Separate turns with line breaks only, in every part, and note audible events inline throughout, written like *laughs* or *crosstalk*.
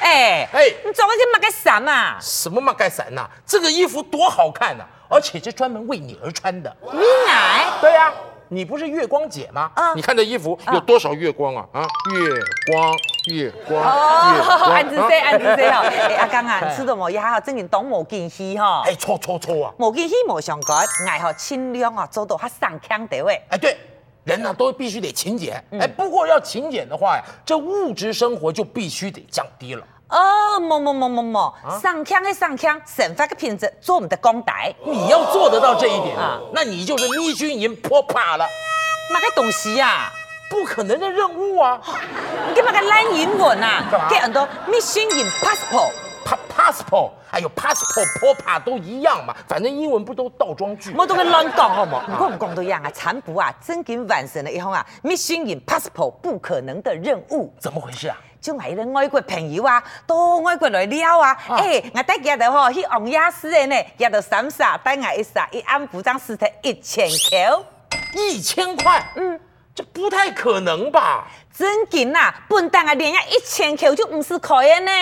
哎，
哎
你总是买个啥嘛？
什么嘛盖伞呐、这个衣服多好看呐、而且是专门为你而穿的。
你奶，
对呀、你不是月光姐吗？
嗯
你看这衣服有多少月光啊？啊，月光，月光，月
哦，
光。
安子
啊
说，安子说哦，哎，阿刚啊，你吃的无也好，正经当无见戏吼，
哎，错错错啊！
无见戏无上觉，爱吼尽量啊做到较上腔地位。
哎，对，人呐、都必须得勤俭。
嗯
哎，不过要勤俭的话呀，这物质生活就必须得降低了。
哦，某某某某某，上腔的上腔，神发个品质做我们的公台，
你要做得到这一点
啊
啊，那你就是逆军营破怕了，
买个东西啊，
不可能的任务啊。
你给买个烂英文啊
干嘛，
给很多 mission in passport。
Pa passport，哎呦，passport、破怕都一样嘛，反正英文不都倒装句？
我都跟乱讲好冇，我唔讲都一样啊。残补啊，真经完成了以后啊，mission impossible 不可能的任务，
怎么回事啊？
就系咧外国朋友啊，到外國来了啊，
啊
诶、我带家到吼去王亚斯的呢，家到三沙带我一沙一安抚张尸体一千口。
一千块？嗯，这不太可能吧？
真经啊，笨蛋啊，连呀一千口就五十块的呢，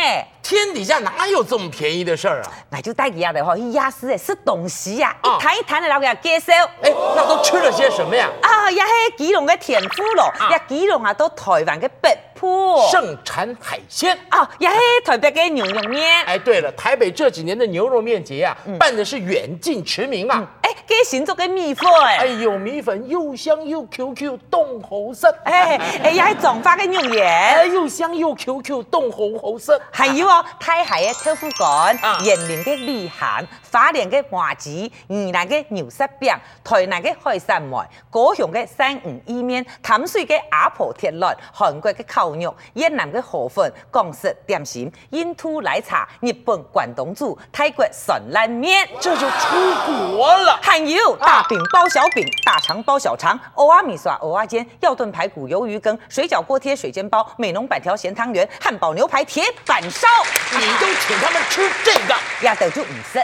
天底下哪有这么便宜的事儿啊？
我就带家到吼去亚斯的吃东西啊，一
啊
摊一摊的老给介绍。
哎，那都吃了些什么呀？
啊，也係基隆嘅田夫咯，
啊
也基隆啊到台灣嘅北坡。
盛产海鲜。
哦，也係台北嘅牛肉面。
哎，对了，台北这几年的牛肉面节啊，
嗯
办的是远近驰名啊。
哎，给新竹嘅米粉。
哎呦，米粉又香又 Q Q，冻喉塞。
哎哎，也係撞花嘅肉
哎，
圓。
又香又 Q Q，冻喉喉塞。
还有哦，太海嘅豆腐干
啊，
延陵嘅李涵，花蓮嘅麻子，宜蘭嘅牛舌餅，台南嘅海山梅，高雄嘅三五意面，淡水嘅阿婆鐵輪，韓國嘅烤肉，越南嘅河粉，港式點心，印度奶茶，日本關東煮，泰國酸辣面。
这就
哎
出国了。
汉油大饼包小饼，大肠包小肠，欧阿米刷欧阿煎，药炖排骨鱿鱼羹，水饺锅贴水煎包，美浓板条咸汤圆，汉堡牛排铁板烧，
你都请他们吃这个，
压得就五十。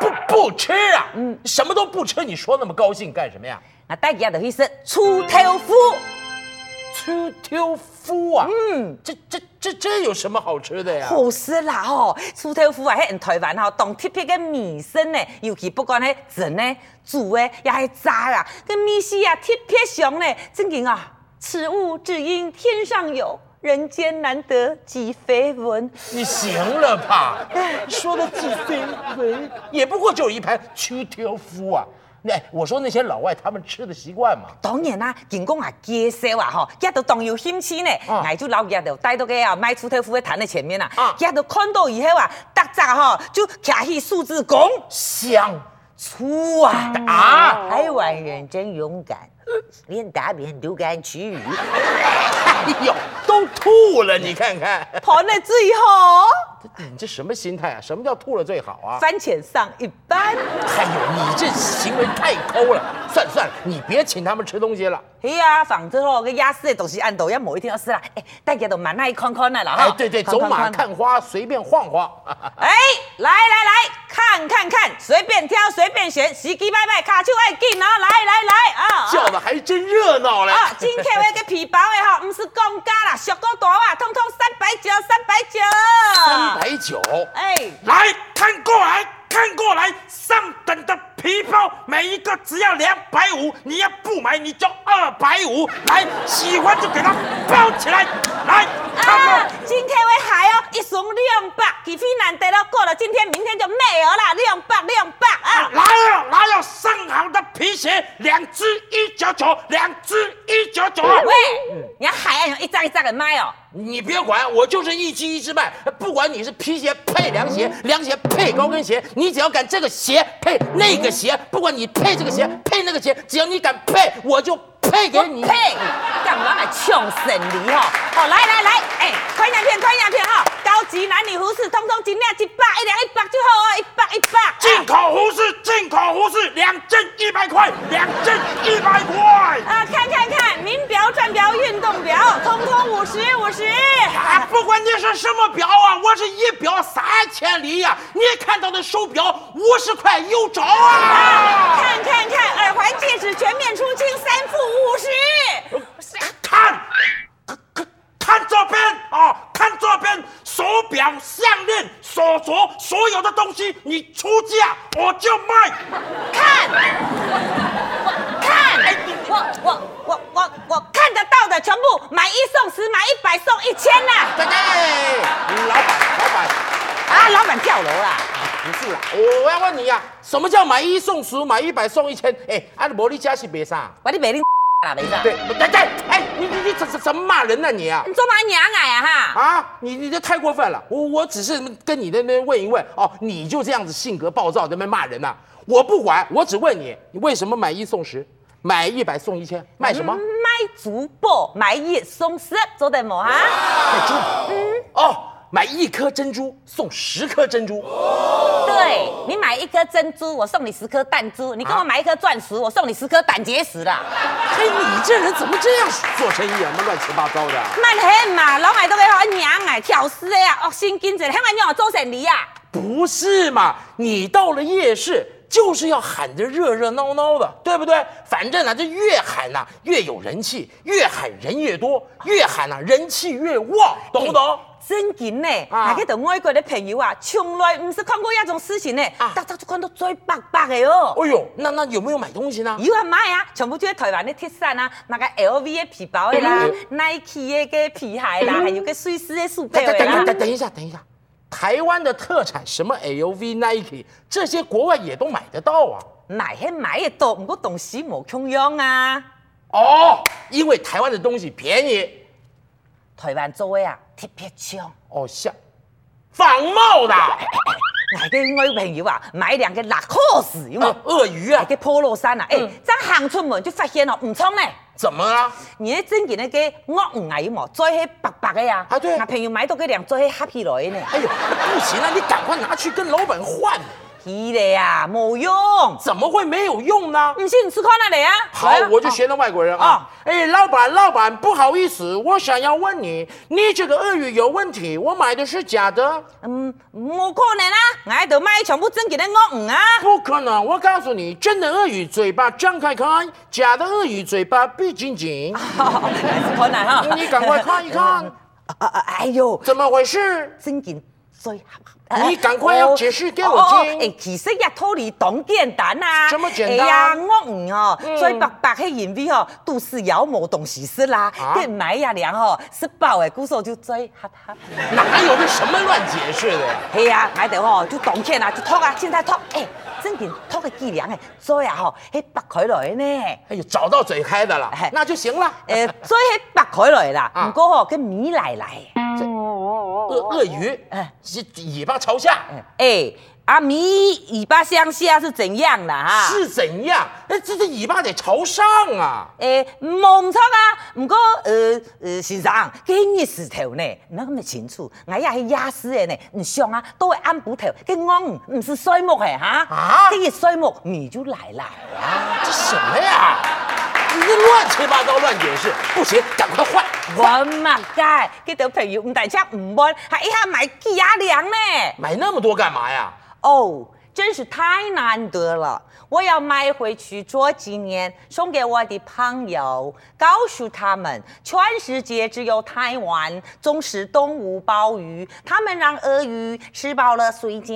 不不吃啊？嗯，什么都不吃，你说那么高兴干什么呀？
我带给压得去吃粗头夫，
吃丢夫啊？嗯，这这这这有什么好吃的呀？
好吃啦吼！粗头夫啊，迄人台湾吼，当特别嘅米粉呢，尤其不管迄蒸呢、煮的，也系炸啦，跟米丝啊特别香呢，真经啊！此物只因天上有，人间难得几绯闻。
你行了吧？ *laughs* 说的自卑微，也不过就一盘曲条夫啊。那我说那些老外他们吃的习惯嘛，
當然啦，人工啊介紹啊吼，一到當要險錢呢，
啊
挨住老爺就帶到個啊賣鋤頭夫嘅攤喺前面啊
啊，
一到看到以後啊，得咋吼就徛起數字講
香
粗啊
啊！
台湾人真勇
*laughs*
敢，连打扁都敢吃鱼。
哎呦，都吐了，你看看，
盤喺最後，
你这什么心态啊？什么叫吐了最好啊？
番茄上一班。
哎呦，你这行为太抠了。算了算了，你别请他们吃东西了。
係啊，反正吼個亞視嘅東西按到一某一天要試啦，誒，大家都慢慢看看
啊
啦啦
哎
哈。，
对对，走马
看。
看花，随便晃晃。
哎，來來來，看看看，隨便挑隨便選，時機拜拜，卡手愛緊啊，來來來啊！啊
叫的还真热闹嘞。
啊，今天我个皮包的吼，唔是公家啦，俗讲大话，通通三百九，三百九。
三。百九，
哎，
来看过来，看过来，上等的皮包每一个只要两百五，你要不买你就二百五。来，喜欢就给它包起来。来，看
啊
我，
今天我还哦，一送两百，几非难得了，过了今天明天就没有啦，两百两百啊。
来了来了，上好的皮鞋，两只一九九，两只一九啊九。
嗯
喂，你要还要一张一张的卖哦。
你别管，我就是一鸡一只卖，不管你是皮鞋配凉鞋，凉鞋配高跟鞋，你只要敢这个鞋配那个鞋，不管你配这个鞋配那个鞋，只要你敢配，我就配啊给你。
呸！干嘛来抢神离哦？哦，来来来，哎，宽两片，宽两片哈，高级男女服饰通通一领一百，一两一百就好哦，一百一百。
进口服饰，进口服饰，两件一百块，两件一百块。
啊，看看看，名表、转表、运动表，通通五十五十。
啊，不管你是什么表啊，我是一表三千里呀、你看到的手表五十块有找啊！
看看看，耳环、戒指全面出清，三副五十。
哦
看，看看这边啊，看这边，手表卖，
看，看，我我我我我看得到的全部买一送十，买一百送一千呐！
大概老板，老板，
啊，老板跳楼啦！
不是啦，我我要问你呀、什么叫买一送十，买一百送一千？哎，阿伯利家是别啥？
我的美玲 *laughs* 啦，没事。
对，大概，哎，你你你怎怎怎么骂人呢、你啊？
你做嘛娘矮啊哈？
啊，你你这太过分了！我我只是跟你那边问一问哦，你就这样子性格暴躁，在那边骂人呐、我不管，我只问你，你为什么买一送十，买一百送一千，卖什么？
卖珠宝，买一送十，做得么哈？
买珠宝。哦，买一颗珍珠送十颗珍珠。
对，你买一颗珍珠，我送你十颗弹珠；你给我
啊
买一颗钻石，我送你十颗胆结石啦。
嘿，你这人怎么这样做生意啊？那么乱七八糟的。
慢很嘛，老板都给我娘哎，挑事的呀，恶心精神，还蛮让我做生意啊呀。
不是嘛？你到了夜市。就是要喊着热热闹闹的，对不对？反正呢、这越喊呐、越有人气，越喊人越多，越喊呐、人气越旺，懂不懂？
真紧呢，
啊
大家同外国的朋友啊，从来唔是看过一种事情呢
啊，
大家就看到最白白的哦。
哎呦，那那有没有买东西呢？
有啊买啊，全部就是台湾的特产啊，那个 LV 的皮包的啦，Nike
嗯
的个皮鞋啦，还有个瑞士的手表的
等嗯哎等等
啦
等。等一下，等一下，台湾的特产什么 LV、Nike 这些，国外也都买得到啊。
买迄买的多，唔过东西冇穷样啊。
哦，因为台湾的东西便宜
台湾做的啊，特别香。
哦，像仿冒的
我嘅外朋友啊，买两个拉克斯，有冇
呃？鳄鱼
那
啊，
个 polo 衫啊，哎、这样行出门就发现哦，唔冲嘞。
怎么了？
你咧正件那个鳄鱼啊，有冇？做迄白白的呀、
啊对
那朋友买到个两做迄黑皮来呢。
哎呦，不行啊，你赶快拿去跟老板换，
是的呀，冇用。
怎么会没有用呢？
唔信你试看那里啊。
好
来啊，
我就学那外国人啊
啊！
哎，老板，老板，不好意思，我想要问你，你这个鳄鱼有问题，我买的是假的。
嗯，冇可能啊！我度买全部正件的鳄
*laughs*
鱼啊。
不可能！我告诉你，真的鳄鱼嘴巴张开开，假的鳄鱼嘴巴闭紧紧。
啊是可能哈、
你赶快看一看，
*laughs* 啊啊啊哎呦！
怎么回事？
真件最合
你赶快要解释给我听
哎、其實一套你懂簡單啊。
這麼簡
哎
單
呀，我唔哦，
嗯
最白白嘅原味哦，都是有冇東西食啦
啊。
跟買呀兩哦，食飽嘅故手就最合合。
哪有这什么乱解释的呀？
係啊，買到哦就當天啊，就托啊，現在托。哎、真件托嘅伎倆嘅，最啊吼，係白開來的呢。
哎呦，找到嘴開的了
哎，
那就行了。
誒，最係白開來啦，
啊
唔過哦，佢米奶奶。
鳄鳄鱼
哦哎，
是尾巴朝下，
哎、阿米尾巴向下是怎樣啦？哈。
是怎样？哎，这这尾巴得朝上啊！
诶，冇唔錯啊，唔過呃呃，先生，佢熱石頭呢，唔係咁咪清楚，我也係亞視嘅呢，唔上啊，都係暗部頭，佢昂唔是衰木嘅嚇
啊，
佢一衰木你就嚟啦，
这什么呀？这乱七八糟乱解释，不行，赶快换。
我嘛嘅，佢條朋友唔大車唔揾，還一下買幾啊兩呢。
买那么多干嘛呀？
哦，真是太难得了！我要买回去做纪念，送给我的朋友，告诉他们，全世界只有台湾重视动物保育，他们让鳄鱼吃饱了睡觉。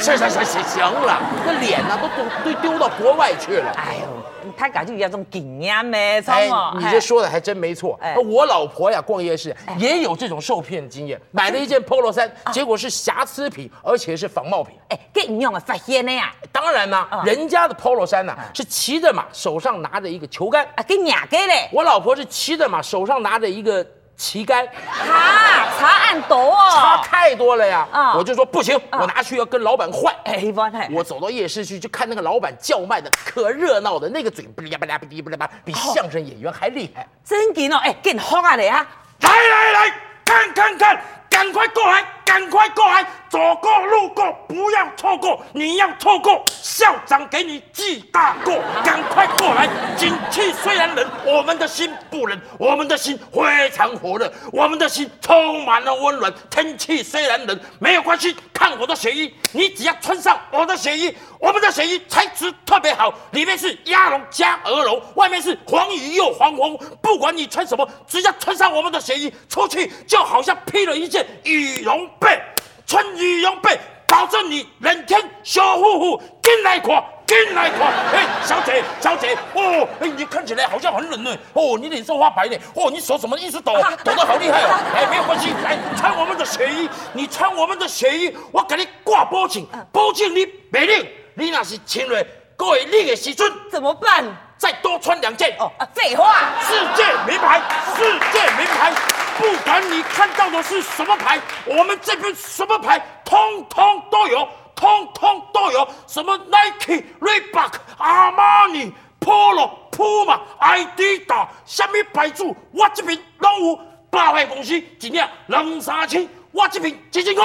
是是是是，行了，那脸呢、都都都丢到国外去了。
哎呦，他感觉有一种经验呢，聪
哎
哦，，
你这说的还真没错。
哎
我老婆呀，逛夜市也有这种受骗的经
啊
验，买了一件 polo 衫，结果是瑕疵品，而且是仿冒品。
哎，给你用的发现呢啊呀，
当然呢，人家的 polo 衫呢
啊
是骑着马，手上拿着一个球杆，
啊，给伢给嘞，
我老婆是骑着马，手上拿着一个旗杆，
哈，查案多
差
哦，
太多了呀。
啊
我就说不行，我拿去要跟老板换。
哎，完了，
我走到夜市去，就看那个老板叫卖的可热闹的，那个嘴不啦不啦不啦不啦吧，比相声演员还厉害。
真紧哦，哎，给你好啊嘞啊，
来来来，看看看，赶快过来，赶快过来，走过路过不要错过，你要错过，校长给你记大过，赶快过来。景气虽然冷，我们的心不冷，我们的心非常火热，我们的心充满了温暖。天气虽然冷，没有关系，看我的雪衣，你只要穿上我的雪衣，我们的雪衣材质特别好，里面是鸭绒加鹅绒，外面是黄鱼又黄红。不管你穿什么，只要穿上我们的雪衣，出去就好像披了一件羽绒被。穿羽绒被
保证你冷天小呼呼，进来垮，进来垮。哎，小姐，小姐，哦，哎，你看起来好像很冷呢，哦，你脸色发白呢，哦，你手怎么一直抖，抖得好厉害哦。哎，没有关系，来穿我们的雪衣，你穿我们的雪衣，我给你挂保证，保证你袂冷。你若是穿了，过会冷的时阵，
怎么办？
再多穿两件。
哦，啊，废话，
世界名牌，世界名牌，不管你看到的是什么牌，我们这边什么牌通通都有，通通都有，什么 Nike、Reebok、阿玛尼、Polo、Puma、Adidas，什么牌子我这边拢有，百货公司一领两三千，我这边一千块，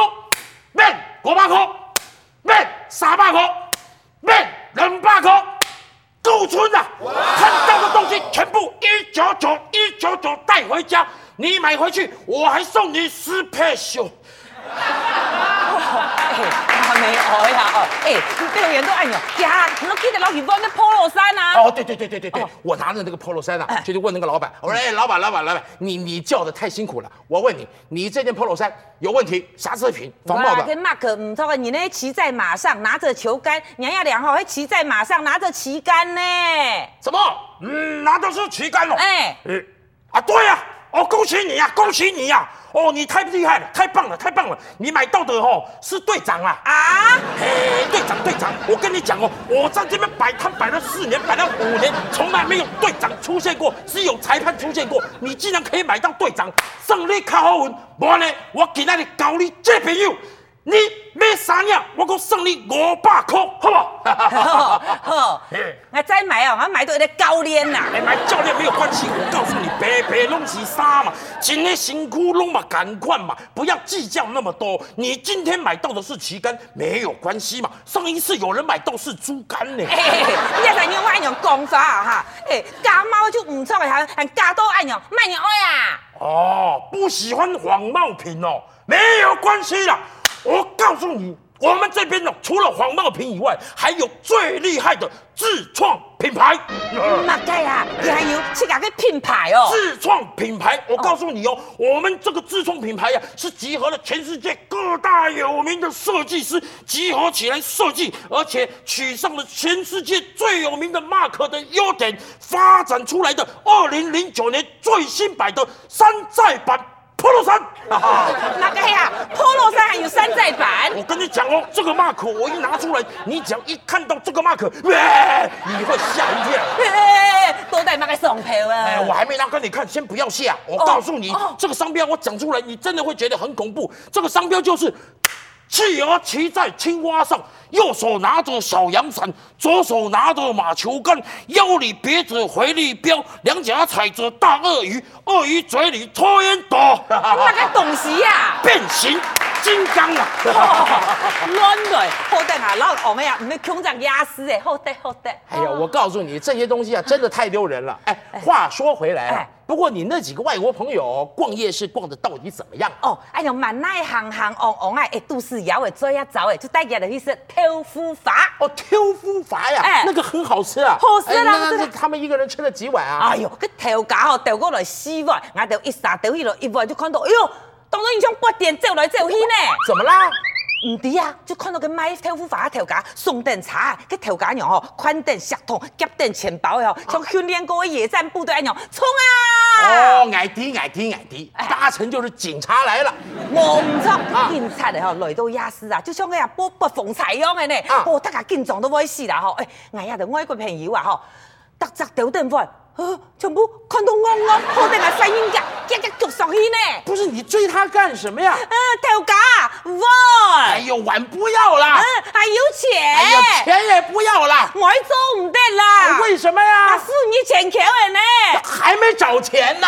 免五百块，免三百块，免两百块。够村啊！看到的东西全部一九九一九九带回家，你买回去我还送你 special。
哎还没学呀哦，哎，你队员都哎呦，呀，你都记得老几帮那 polo 衫啊？
哦，对对对对对对，我拿着那个 polo 衫
哎
啊，就去问那个老板，我说：“哎，老板，老板，老板，你你叫的太辛苦了。我问你，你这件 polo 衫有问题，瑕疵品，防爆
哇，
的。
跟 Mark 唔同啊！你那骑在马上拿着球杆，娘呀两号还骑在马上拿着旗
*laughs*
杆呢。
什么？
嗯，拿的是旗杆哦。
哎，
呃，
嗯
啊，对呀、哦，恭喜
啊
你呀、恭喜你呀、哦，你太厉害了，太棒了，太棒了！你买到的哦是队长啊！
*laughs*
啊，
嘿，队长，队长，我跟你讲哦，我在这边摆摊摆了四年，摆了五年，从来没有队长出现过，只有裁判出现过。你竟然可以买到队长，胜利较好运。无呢，我今仔日教你这朋友，你买三样，我讲送你五百块，好不好？
哦好，
*laughs*
*laughs* 好，我再买哦，我买到一个啊高链呐。
哎，买教练没有关系，我告诉你，白白弄起沙嘛，今天辛苦弄嘛，赶快嘛，不要计较那么多。你今天买到的是旗杆，没有关系嘛。上一次有人买到是猪肝呢、
*laughs* 哎，你也是用爱用讲法啊哈！哎，家猫就唔错的，还还家都爱用，卖你爱啊！
哦，不喜欢仿冒品哦，没有关系啦。我告诉你，我们这边哦，除了仿冒品以外，还有最厉害的自创品牌。
嗯
马盖啊，你还有去搞个品牌哦。
自创品牌，我告诉你哦，我们这个自创品牌呀、是集合了全世界各大有名的设计师集合起来设计，而且取上了全世界最有名的 Mark 的优点，发展出来的二零零九年最新版的山寨版 Polo 衫。 *laughs*
马盖啊，Polo 衫还有山寨版。
我跟你讲哦，这个 Mark 我一拿出来，你只要一看到这个 Mark，喂，你会吓一跳。
嘿都带马盖送票啊！
哎，我还没拿给你看，先不要下。我告诉你，
哦
这个商标我讲出来，你真的会觉得很恐怖。这个商标就是。企鹅骑在青蛙上，右手拿着小阳伞，左手拿着马球杆，腰里别着回力镖，两颊踩着大鳄鱼，鳄鱼嘴里抽烟斗， *laughs*
那个东西呀、
变形金刚啊！
哦乱来，好得啊，老王妹啊，唔要穷长压死诶，好得好得。
哎呀，我告诉你，这些东西啊，真的太丢人了。哎，话说回来啊
哎，
不过你那几个外国朋友逛夜市逛的到底怎么样啊？
哦，哎呦，满奈行行王王哎，都市窑诶，做呀早诶，就带起来去是偷夫法。
哦，挑夫筏呀，
哎
那个很好吃啊，
好吃啦
那
好吃啦
那他们一个人吃了几碗啊？
哎呦，个头家吼掉过来四万，我就一撒掉去了，一万就看到，哎呦，当作英雄八点走来走去呢。
怎么啦？
唔知啊，就看到佢买豆腐花頭架，送等茶，佢頭架樣吼，寬等石桶，夾等錢包嘅吼，
啊
像訓練過嘅野戰部隊一樣，衝啊！
哦，矮迪矮迪矮迪，
哎
八成就是警察来了。
我唔
啊
錯，警察嚟吼，來到亞視啊，就像佢啊波不逢柴樣嘅呢
啊，
波得啊警撞都威死啦吼，誒，哎呀就外國朋友啊吼，特集豆燈飯，啊全部看到安安，好定係西英格，一一腳上去呢，
不是你追他干什么呀？
啊頭架
哎
碗，
呦，碗不要啦
啊，還有
哎呀，哎
錢，
钱也不要啦，
我做唔得啦。
为什么
啊，
呀
是？你钱给我呢？
还没找钱呢。